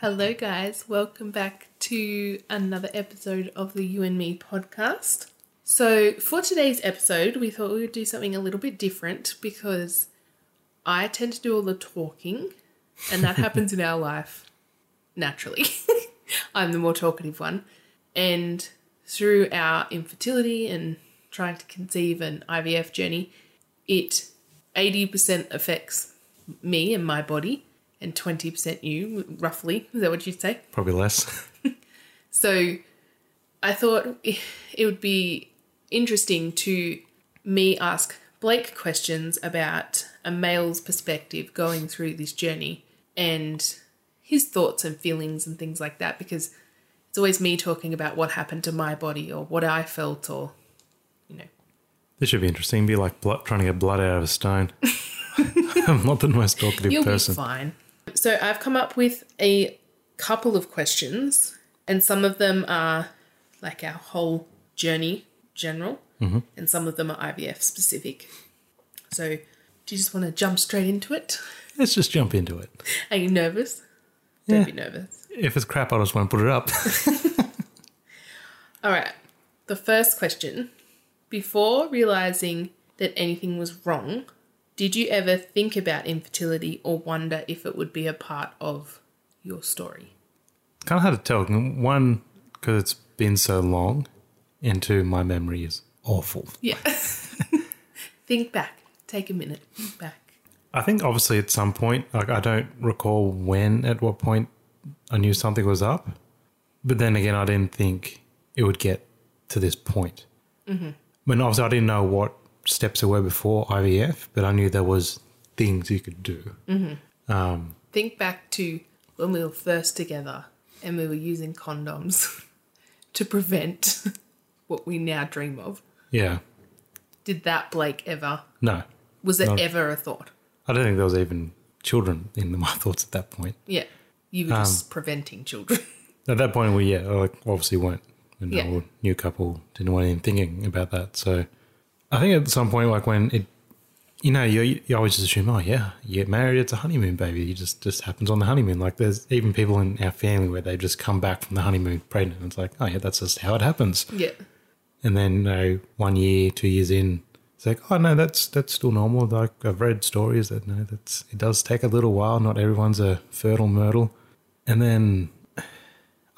Hello, guys. Welcome back to another episode of the You and Me podcast. So, for today's episode, we thought we would do something a little bit different because I tend to do all the talking, and that happens in our life naturally. I'm the more talkative one. And through our infertility and trying to conceive an IVF journey, it 80% affects me and my body, and 20% you, roughly. Is that what you'd say? Probably less. So I thought it would be interesting to me ask Blake questions about a male's perspective going through this journey and his thoughts and feelings and things like that because it's always me talking about what happened to my body or what I felt or you know This should be interesting. Be like blood, trying to get blood out of a stone. I'm not the most talkative You'll person. be fine. So I've come up with a couple of questions, and some of them are like our whole journey general, Mm-hmm. and some of them are IVF specific. So do you just want to jump straight into it? Let's just jump into it. Are you nervous? Yeah. Don't be nervous. If it's crap, I just won't put it up. All right. The first question Before realizing that anything was wrong, did you ever think about infertility or wonder if it would be a part of your story? kind of hard to tell. One, because it's been so long, and two, my memory is awful. Yeah. Think back. Take a minute. Think back. I think obviously at some point, like I don't recall when, at what point I knew something was up, but then again, I didn't think it would get to this point. Mm-hmm. When obviously I didn't know what steps there were before IVF, but I knew there was things you could do. Think back to when we were first together and we were using condoms to prevent what we now dream of. Yeah, Did that Blake ever? no, Was it No. ever a thought? I don't think there was even children in my thoughts at that point. Yeah. You were just preventing children. At that point, we yeah, like obviously weren't an Yeah. old new couple, didn't want anything thinking about that. So, I think at some point, like when it, you know, you, you always just assume, oh yeah, you get married, it's a honeymoon, baby. It just just happens on the honeymoon. Like there's even people in our family where they've just come back from the honeymoon pregnant. It's like, oh yeah, that's just how it happens. yeah. And then you know, one year, two years in, it's like, oh no, that's that's still normal. Like I've read stories that no, that's it does take a little while. Not everyone's a fertile myrtle. And then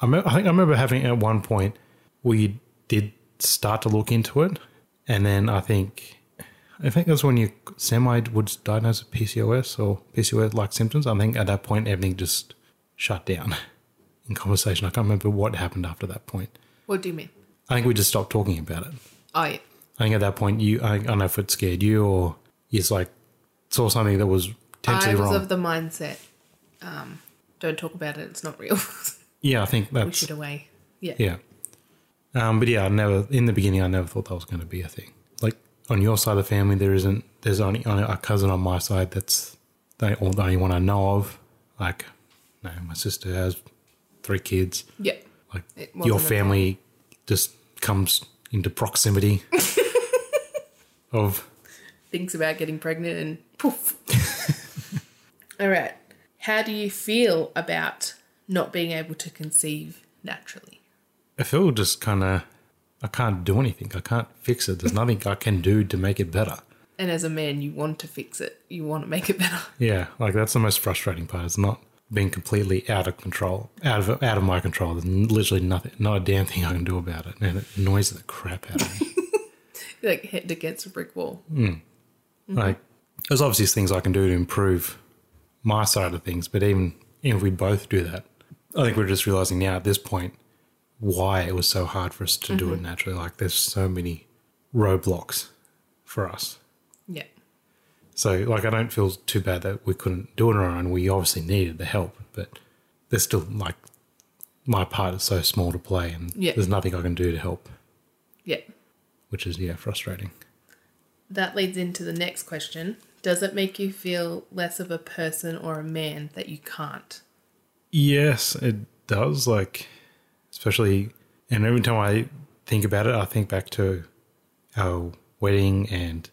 I, me- I think I remember having at one point we did start to look into it, and then I think I think that's when you semi would diagnose with PCOS or PCOS like symptoms. I think at that point everything just shut down in conversation. I can't remember what happened after that point. What do you mean? I think we just stopped talking about it. Oh, yeah. I think at that point, you I, I don't know if it scared you or you just like saw something that was I potentially was wrong. of the mindset um, don't talk about it. It's not real. yeah, I think Push that's it away. Yeah. yeah. Um, but yeah, I never in the beginning I never thought that was going to be a thing. Like on your side of the family, there isn't. There's only, only a cousin on my side that's they all the only one I know of. Like, no, my sister has three kids. Yeah. Like It wasn't your a family just comes into proximity of thinks about getting pregnant and poof. All right. How do you feel about not being able to conceive naturally? I feel just kind of, I can't do anything. I can't fix it. There's nothing I can do to make it better. And as a man, you want to fix it, you want to make it better. Yeah, like that's the most frustrating part. It's not being completely out of control, out of out of my control. There's n- literally nothing, not a damn thing I can do about it, and it annoys the crap out of me. Like head against a brick wall. Like, there's obviously things I can do to improve my side of things, but even, even if we both do that, I think we're just realizing now at this point why it was so hard for us to do it naturally. Like, there's so many roadblocks for us. Yeah. So, like, I don't feel too bad that we couldn't do it on our own. We obviously needed the help, but there's still like my part is so small to play, and Yeah. there's nothing I can do to help, Yeah. which is yeah frustrating. That leads into the next question. Does it make you feel less of a person or a man that you can't? Yes, it does. Like, especially, and every time I think about it, I think back to our wedding and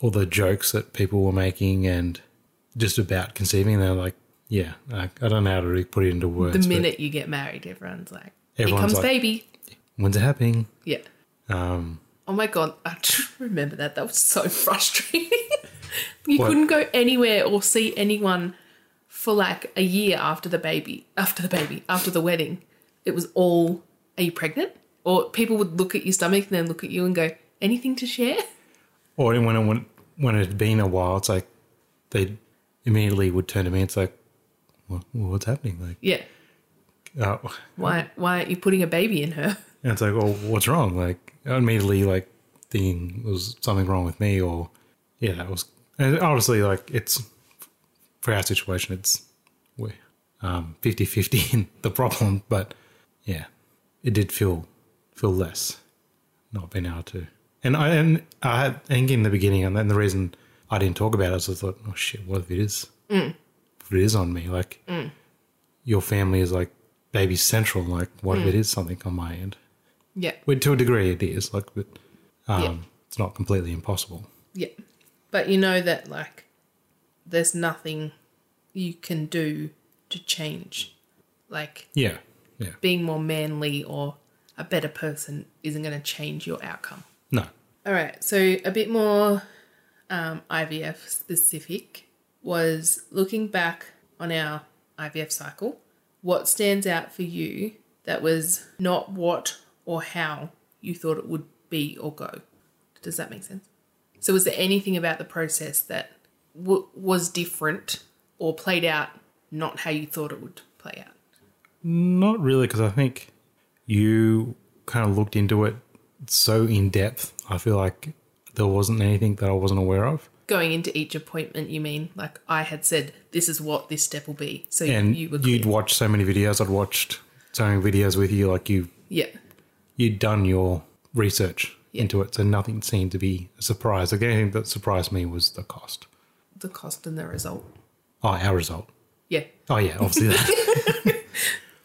all the jokes that people were making and just about conceiving. They're like, Yeah, I, I don't know how to really put it into words. the but minute you get married, everyone's like, Everyone's "Here comes like- baby." when's it happening? Yeah. Um, Oh my god, I just remember that. That was so frustrating. you What? couldn't go anywhere or see anyone for like a year after the baby, after the baby, after the wedding. It was all, "Are you pregnant?" Or people would look at your stomach and then look at you and go, "Anything to share?" or when it, when when it had been a while, it's like they immediately would turn to me. It's like, what, what's happening? Like, Yeah. uh, Why? Why aren't you putting a baby in her? and it's like, well, what's wrong? Like, immediately, like thinking it was something wrong with me, or yeah, that was. And obviously, like it's for our situation, it's we um 50-50 in the problem, but yeah, it did feel feel less not being able to. And I and I had think in the beginning, and then the reason I didn't talk about it is I thought, oh shit, what if it is? If it is on me, like your family is like baby central. Like, what if it is something on my end? Yeah. Well, to a degree, it is like, but um, Yeah. it's not completely impossible. Yeah. But you know that, like, there's nothing you can do to change. Like, Yeah, yeah. being more manly or a better person isn't going to change your outcome. No, All right. So, a bit more um, IVF specific was looking back on our IVF cycle. What stands out for you that was not what or how you thought it would be or go? Does that make sense? So, was there anything about the process that w- was different or played out not how you thought it would play out? not really, because I think you kind of looked into it so in depth. I feel like there wasn't anything that I wasn't aware of. Going into each appointment, you mean like I had said, this is what this step will be. So, And you you were would clear. watch so many videos. I'd watched so many videos with you. Like you, Yeah. you'd done your research into it, so nothing seemed to be a surprise. Like anything that surprised me was the cost. the cost and the result. Oh, our result. Yeah. Oh yeah, obviously that.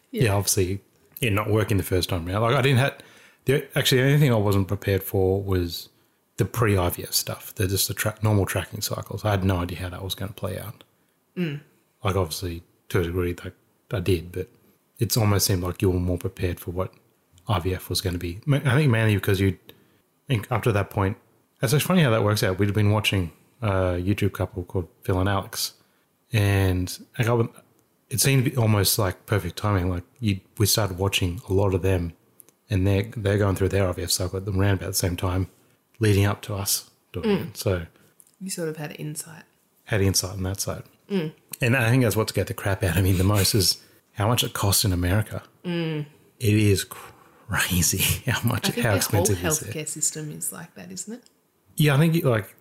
yeah. obviously. Yeah, not working the first time round. Like I didn't have the actually the only thing I wasn't prepared for was the pre IVF stuff. They're just the tra- normal tracking cycles. I had no idea how that was going to play out. Like obviously to a degree like I did, but it's almost seemed like you were more prepared for what IVF was going to be. Ma- I think mainly because you think up to that point. It's actually funny how that works out. We'd been watching a YouTube couple called Phil and Alex, and I got, it seemed to be almost like perfect timing. Like you, we started watching a lot of them, and they're they're going through their IVF cycle at the around about the same time, leading up to us doing it. So You sort of had insight. had insight on that side, Mm. and I think that's what's got the crap out of me the most is how much it costs in America. It is crazy how much Mm. I think how the whole expensive it is there. healthcare system is like that, isn't it? Yeah, I think like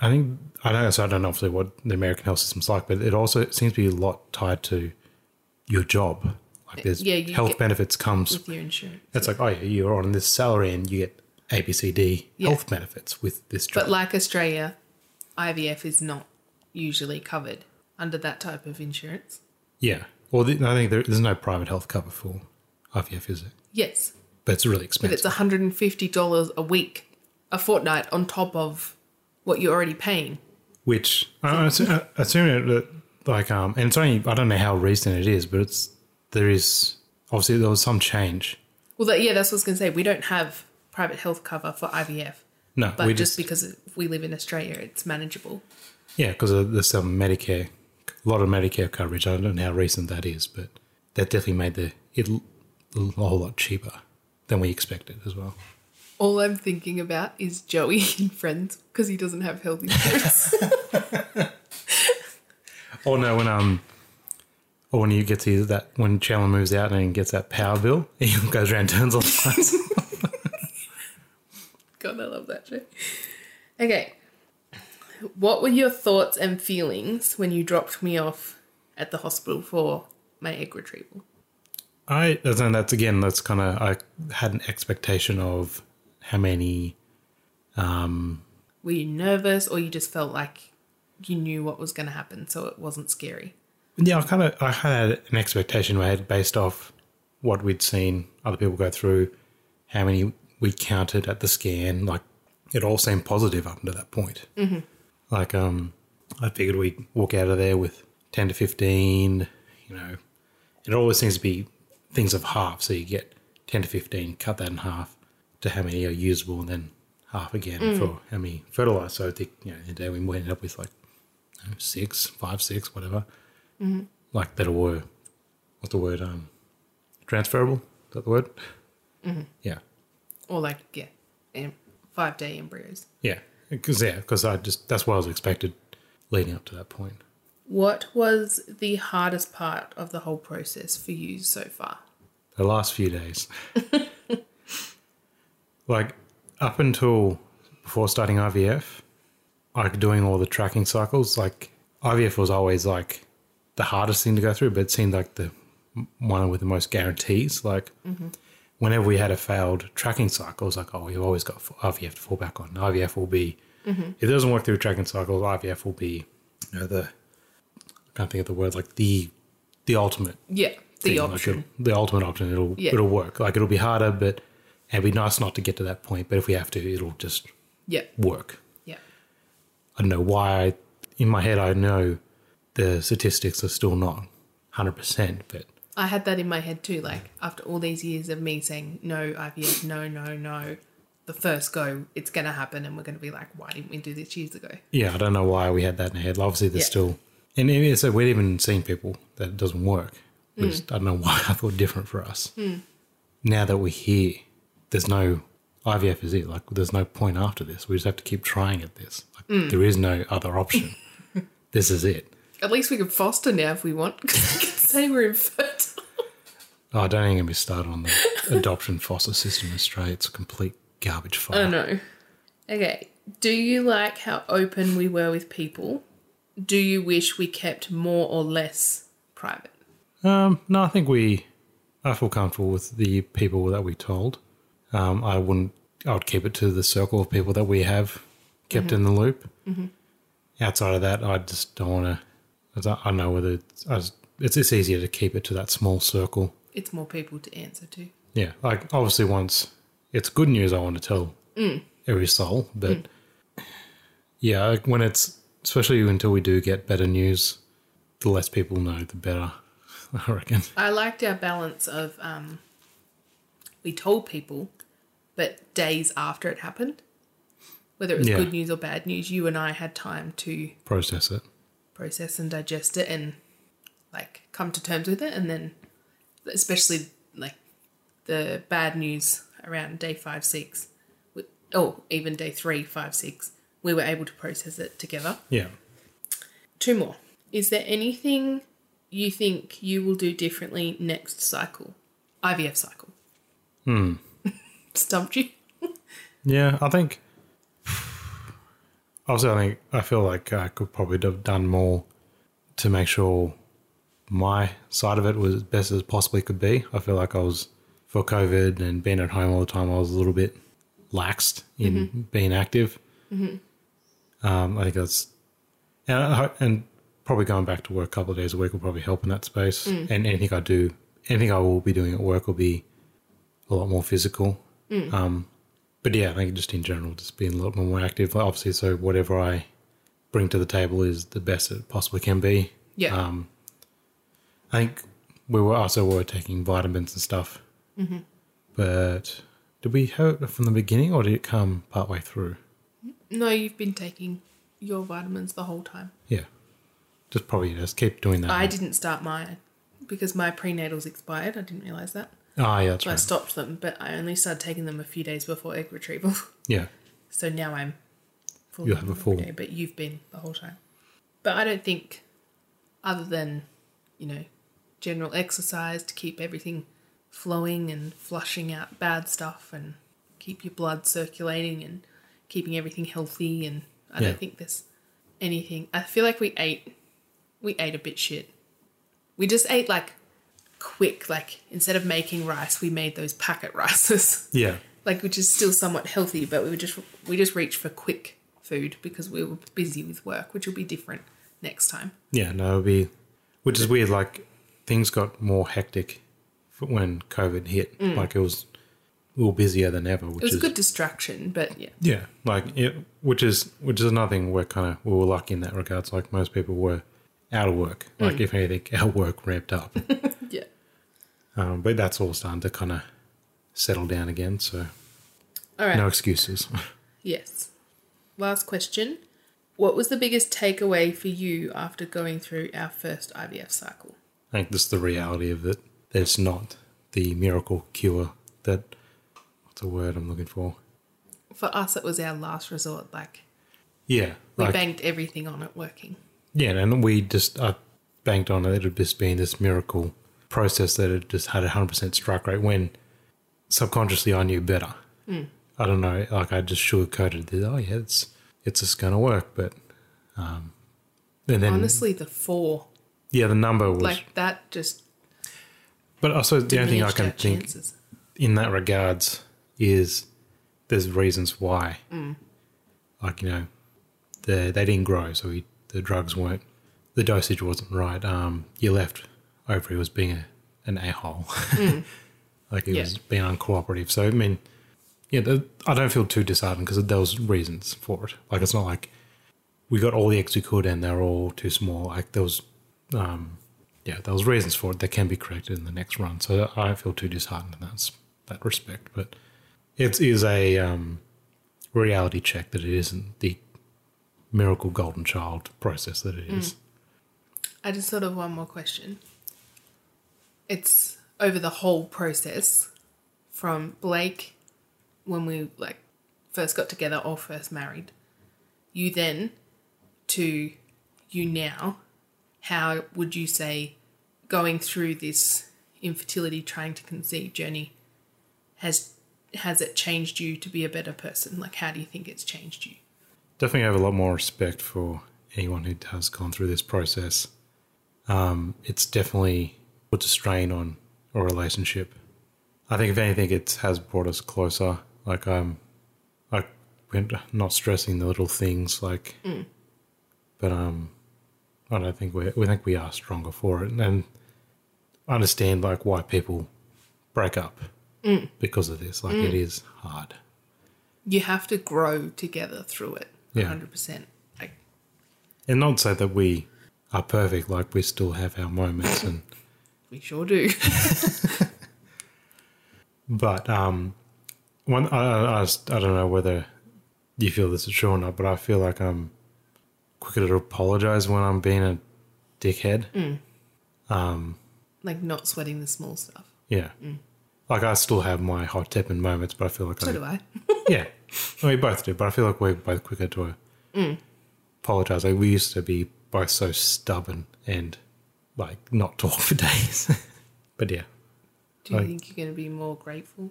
I think I don't. So I don't know obviously what the American health system's like, but it also seems to be a lot tied to your job. Like there's Yeah, you health get- Mm. benefits comes. With your insurance. It's like oh yeah, you're on this salary and you get ABCD Yeah. health benefits with this job. But like Australia, IVF is not usually covered under that type of insurance. yeah, well the, I think there, there's no private health cover for IVF, is it? Yes, But it's really but expensive. it's $150 a week, a fortnight on top of what you're already paying. which I, I, assu- I assume it, that like um and it's only I don't know how recent it is, but it's there is obviously there was some change. Well, that, yeah, that's what I was going to say. We don't have private health cover for IVF, No, but we just, just because we live in Australia, it's manageable. Yeah, because there's some Medicare, a lot of Medicare coverage. I don't know how recent that is, but that definitely made the it l- a whole lot cheaper than we expected as well. All I'm thinking about is Joey in Friends because he doesn't have health insurance. Oh no, when um, or when you get to that when Chandler moves out and gets that power bill, he goes around and turns on the lights. God, I love that show. Okay. What were your thoughts and feelings when you dropped me off at the hospital for my egg retrieval? I and that's again that's kind of I had an expectation of how many Were you nervous or you just felt like you knew what was going to happen so it wasn't scary? Yeah, I kind of I had an expectation I had based off what we'd seen other people go through, how many we counted at the scan. Like it all seemed positive up until that point. Mm-hmm. Like um, I figured we'd walk out of there with 10 to 15, you know. It always seems to be things of half. So you get 10 to 15, cut that in half to how many are usable, and then half again for how many fertilized. So I think, you know, the day we ended up with like I don't know, six, five, six, whatever. Like that were, what's the word? Um, transferable? Is that the word? Yeah. Or like, yeah, em- five day embryos. Yeah. Because, yeah, because I just, that's what I was expected leading up to that point. What was the hardest part of the whole process for you so far? the last few days. like up until before starting IVF, like doing all the tracking cycles, like IVF was always like the hardest thing to go through, but it seemed like the m- one with the most guarantees. Like whenever we had a failed tracking cycle, it's like, oh, we've always got f- IVF to fall back on. IVF will be, if it doesn't work through tracking cycles, IVF will be, you know, the, I can't think of the word, like the, the ultimate Yeah, the thing, like option. it'll- the ultimate option. It'll Yeah. it'll work. Like it'll be harder, but it'd be nice not to get to that point. But if we have to, it'll just yeah, work. yeah, I don't know why. I, in my head, I know the statistics are still not hundred percent, but I had that in my head too. Like after all these years of me saying no IVF, no, no, no, the first go, it's gonna happen, and we're gonna be like, why didn't we do this years ago? yeah, I don't know why we had that in our head. Obviously, there's Yeah. still, and it- so we've even seen people that it doesn't work. We just, I don't know why I thought different for us. Now that we're here, there's no IVF is it? Like, there's no point after this. We just have to keep trying at this. Like, there is no other option. this is it. At least we can foster now if we want. 'cause we can say we're infertile. Oh, don't even get me started on the adoption foster system in Australia. It's a complete garbage I fire. know. Okay. Do you like how open we were with people? Do you wish we kept more or less private? Um, no, I think we. I feel comfortable with the people that we told. Um, I wouldn't. I would keep it to the circle of people that we have kept in the loop. Outside of that, I just don't want to. I don't know whether it's, I just- it's it's easier to keep it to that small circle. It's more people to answer to. Yeah, like obviously once it's good news, I want to tell every soul. But yeah, like when it's especially until we do get better news, the less people know, the better. I reckon. I liked our balance of um, we told people, but days after it happened, whether it was Yeah. good news or bad news, you and I had time to Process it. process and digest it and like come to terms with it. And then, especially like the bad news around day five, six, we, oh, even day three, five, six, we were able to process it together. Yeah. Two more. Is there anything you think you will do differently next cycle? IVF cycle. Hmm. Stumped you? Yeah, I think. Also, I think I feel like I could probably have done more to make sure my side of it was as best as possibly could be. I feel like I was for COVID and being at home all the time. I was a little bit laxed in being active. Um, I think that's and I, ho- and probably going back to work a couple of days a week will probably help in that space. And anything I do, anything I will be doing at work will be a lot more physical. Um, but yeah, I think just in general, just being a lot more active. Like, Obviously, so whatever I bring to the table is the best it possibly can be. Yeah. Um, I think we were also were taking vitamins and stuff. Mm-hmm. But did we have it from the beginning or did it come partway through? No, you've been taking your vitamins the whole time. Yeah. Just probably just keep doing that. I didn't start mine because my prenatals expired. I didn't realize that. Ah, yeah, that's So I right. stopped them, but I only started taking them a few days before egg retrieval. Yeah. So now I'm full. You have a full- every day, but you've been the whole time. But I don't think, other than, you know, general exercise to keep everything flowing and flushing out bad stuff and keep your blood circulating and keeping everything healthy. And I Yeah. don't think there's anything. I feel like we ate, we ate a bit shit. We just ate like quick, like instead of making rice, we made those packet rices Yeah. like which is still somewhat healthy, but we were just we just reached for quick food because we were busy with work, which will be different next time. Yeah, no, it'd be, which is weird. Like things got more hectic f- when COVID hit. Like it was, we were busier than ever. Which Mm. It was is a good distraction, but yeah, Yeah, like it, which is which is another thing we're kind of we were lucky in that regards. Like most people were out of work. Like if anything, our work ramped up. Yeah. um, but that's all starting to kind of settle down again. So All right. no excuses. Yes. Last question. What was the biggest takeaway for you after going through our first IVF cycle? I think this is the reality of it. There's not the miracle cure that what's a word I'm looking for? For us, it was our last resort. Like, Yeah. we like- banged everything on it working. Yeah, and we just I banked on it. It had just been this miracle process that had just had a hundred percent strike rate. When subconsciously I knew better. I don't know. Like I just sugarcoated it. Oh yeah, it's it's just gonna work. But um, and then Honestly, the four. yeah, the number was. Like, that just but also the only thing I diminished can our think chances. in that regards is there's reasons why. Like you know, the they didn't grow, so we, the drugs weren't, the dosage wasn't right. Um, your left ovary was being a, an a hole, like it Yeah. was being uncooperative. So I mean, yeah, the, I don't feel too disheartened because there was reasons for it. Like it's not like we got all the eggs we could and they're all too small. Like there was, um, yeah, there was reasons for it that can be corrected in the next run. So I don't feel too disheartened in that s- that respect. But it is a um, reality check that it isn't the miracle golden child process that it is. I just thought of one more question. It's over the whole process from Blake when we like first got together or first married, you then to you now. How would you say going through this infertility trying to conceive journey has has it changed you to be a better person? Like how do you think it's changed you? Definitely have a lot more respect for anyone who has gone through this process. Um, it's definitely puts a strain on a relationship. I think if anything, it has brought us closer. Like I'm, like we're not stressing the little things. Like, but um, I don't think we we think we are stronger for it, and understand like why people break up because of this. Like it is hard. You have to grow together through it. Yeah. 100%. Like And not say that we are perfect, like we still have our moments and we sure do. but um one I, I, I just- I don't know whether you feel this is true or not, but I feel like I'm quicker to apologize when I'm being a dickhead. like not sweating the small stuff. Yeah. Like I still have my hot tipping moments, but I feel like So I do I. yeah, we both do, but I feel like we're both quicker to apologize. Like we used to be both so stubborn and like not talk for days. but yeah, Do you Like- think you're going to be more grateful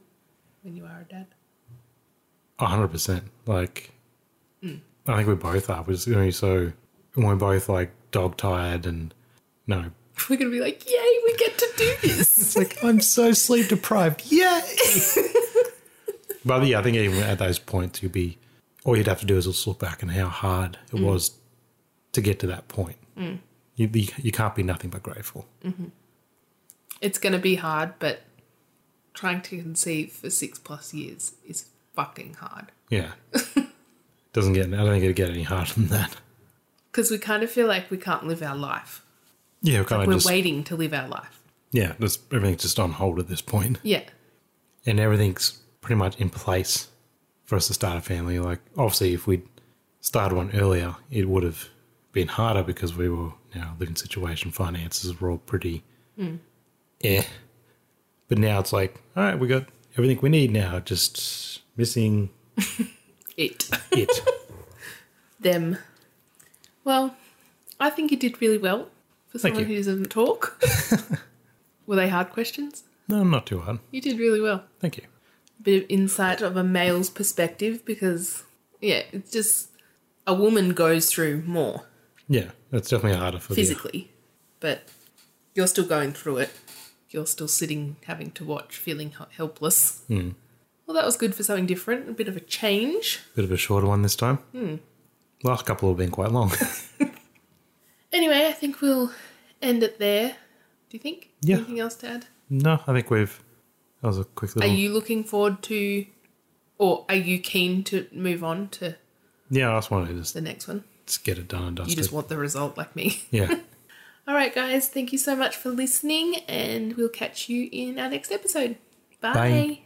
when you are a dad? A hundred percent. Like, I think we both are. We're just going to be so we're both like dog tired and no. We're going to be like, yay, we get to do this. It's like I'm so sleep deprived. Yay! but yeah, I think even at those points, you'd be all you'd have to do is just look back and how hard it was to get to that point. You, you you can't be nothing but grateful. it's going to be hard, but trying to conceive for six plus years is fucking hard. Yeah. Doesn't get. I don't think it'd get any harder than that. Because we kind of feel like we can't live our life. Yeah, we're kind We're of just waiting to live our life. yeah. Just, everything's just on hold at this point. Yeah. and everything's pretty much in place for us to start a family. Like, obviously, if we'd started one earlier, it would have been harder because we were now living situation, finances were all pretty Mm. eh. But now it's like, all right, we got everything we need now, just missing It. it. Them. Well, I think you did really well for Thank someone you. who doesn't talk. Were they hard questions? no, not too hard. You did really well. Thank you. bit of insight of a male's perspective because yeah, it's just a woman goes through more Yeah, that's definitely harder for the- physically, but you're still going through it. You're still sitting, having to watch, feeling hel- helpless. Well, that was good for something different, a bit of a change. bit of a shorter one this time. Hmm. Last couple have been quite long. Anyway, I think we'll end it there. Do you think? Yeah. Anything else to add? no, I think we've. That was a quick Are little. you looking forward to, or are you keen to move on to yeah, I just wanted to just the next one? let's get it done and dusted. You just want the result, like me. Yeah. All right, guys, thank you so much for listening, and we'll catch you in our next episode. Bye. Bye.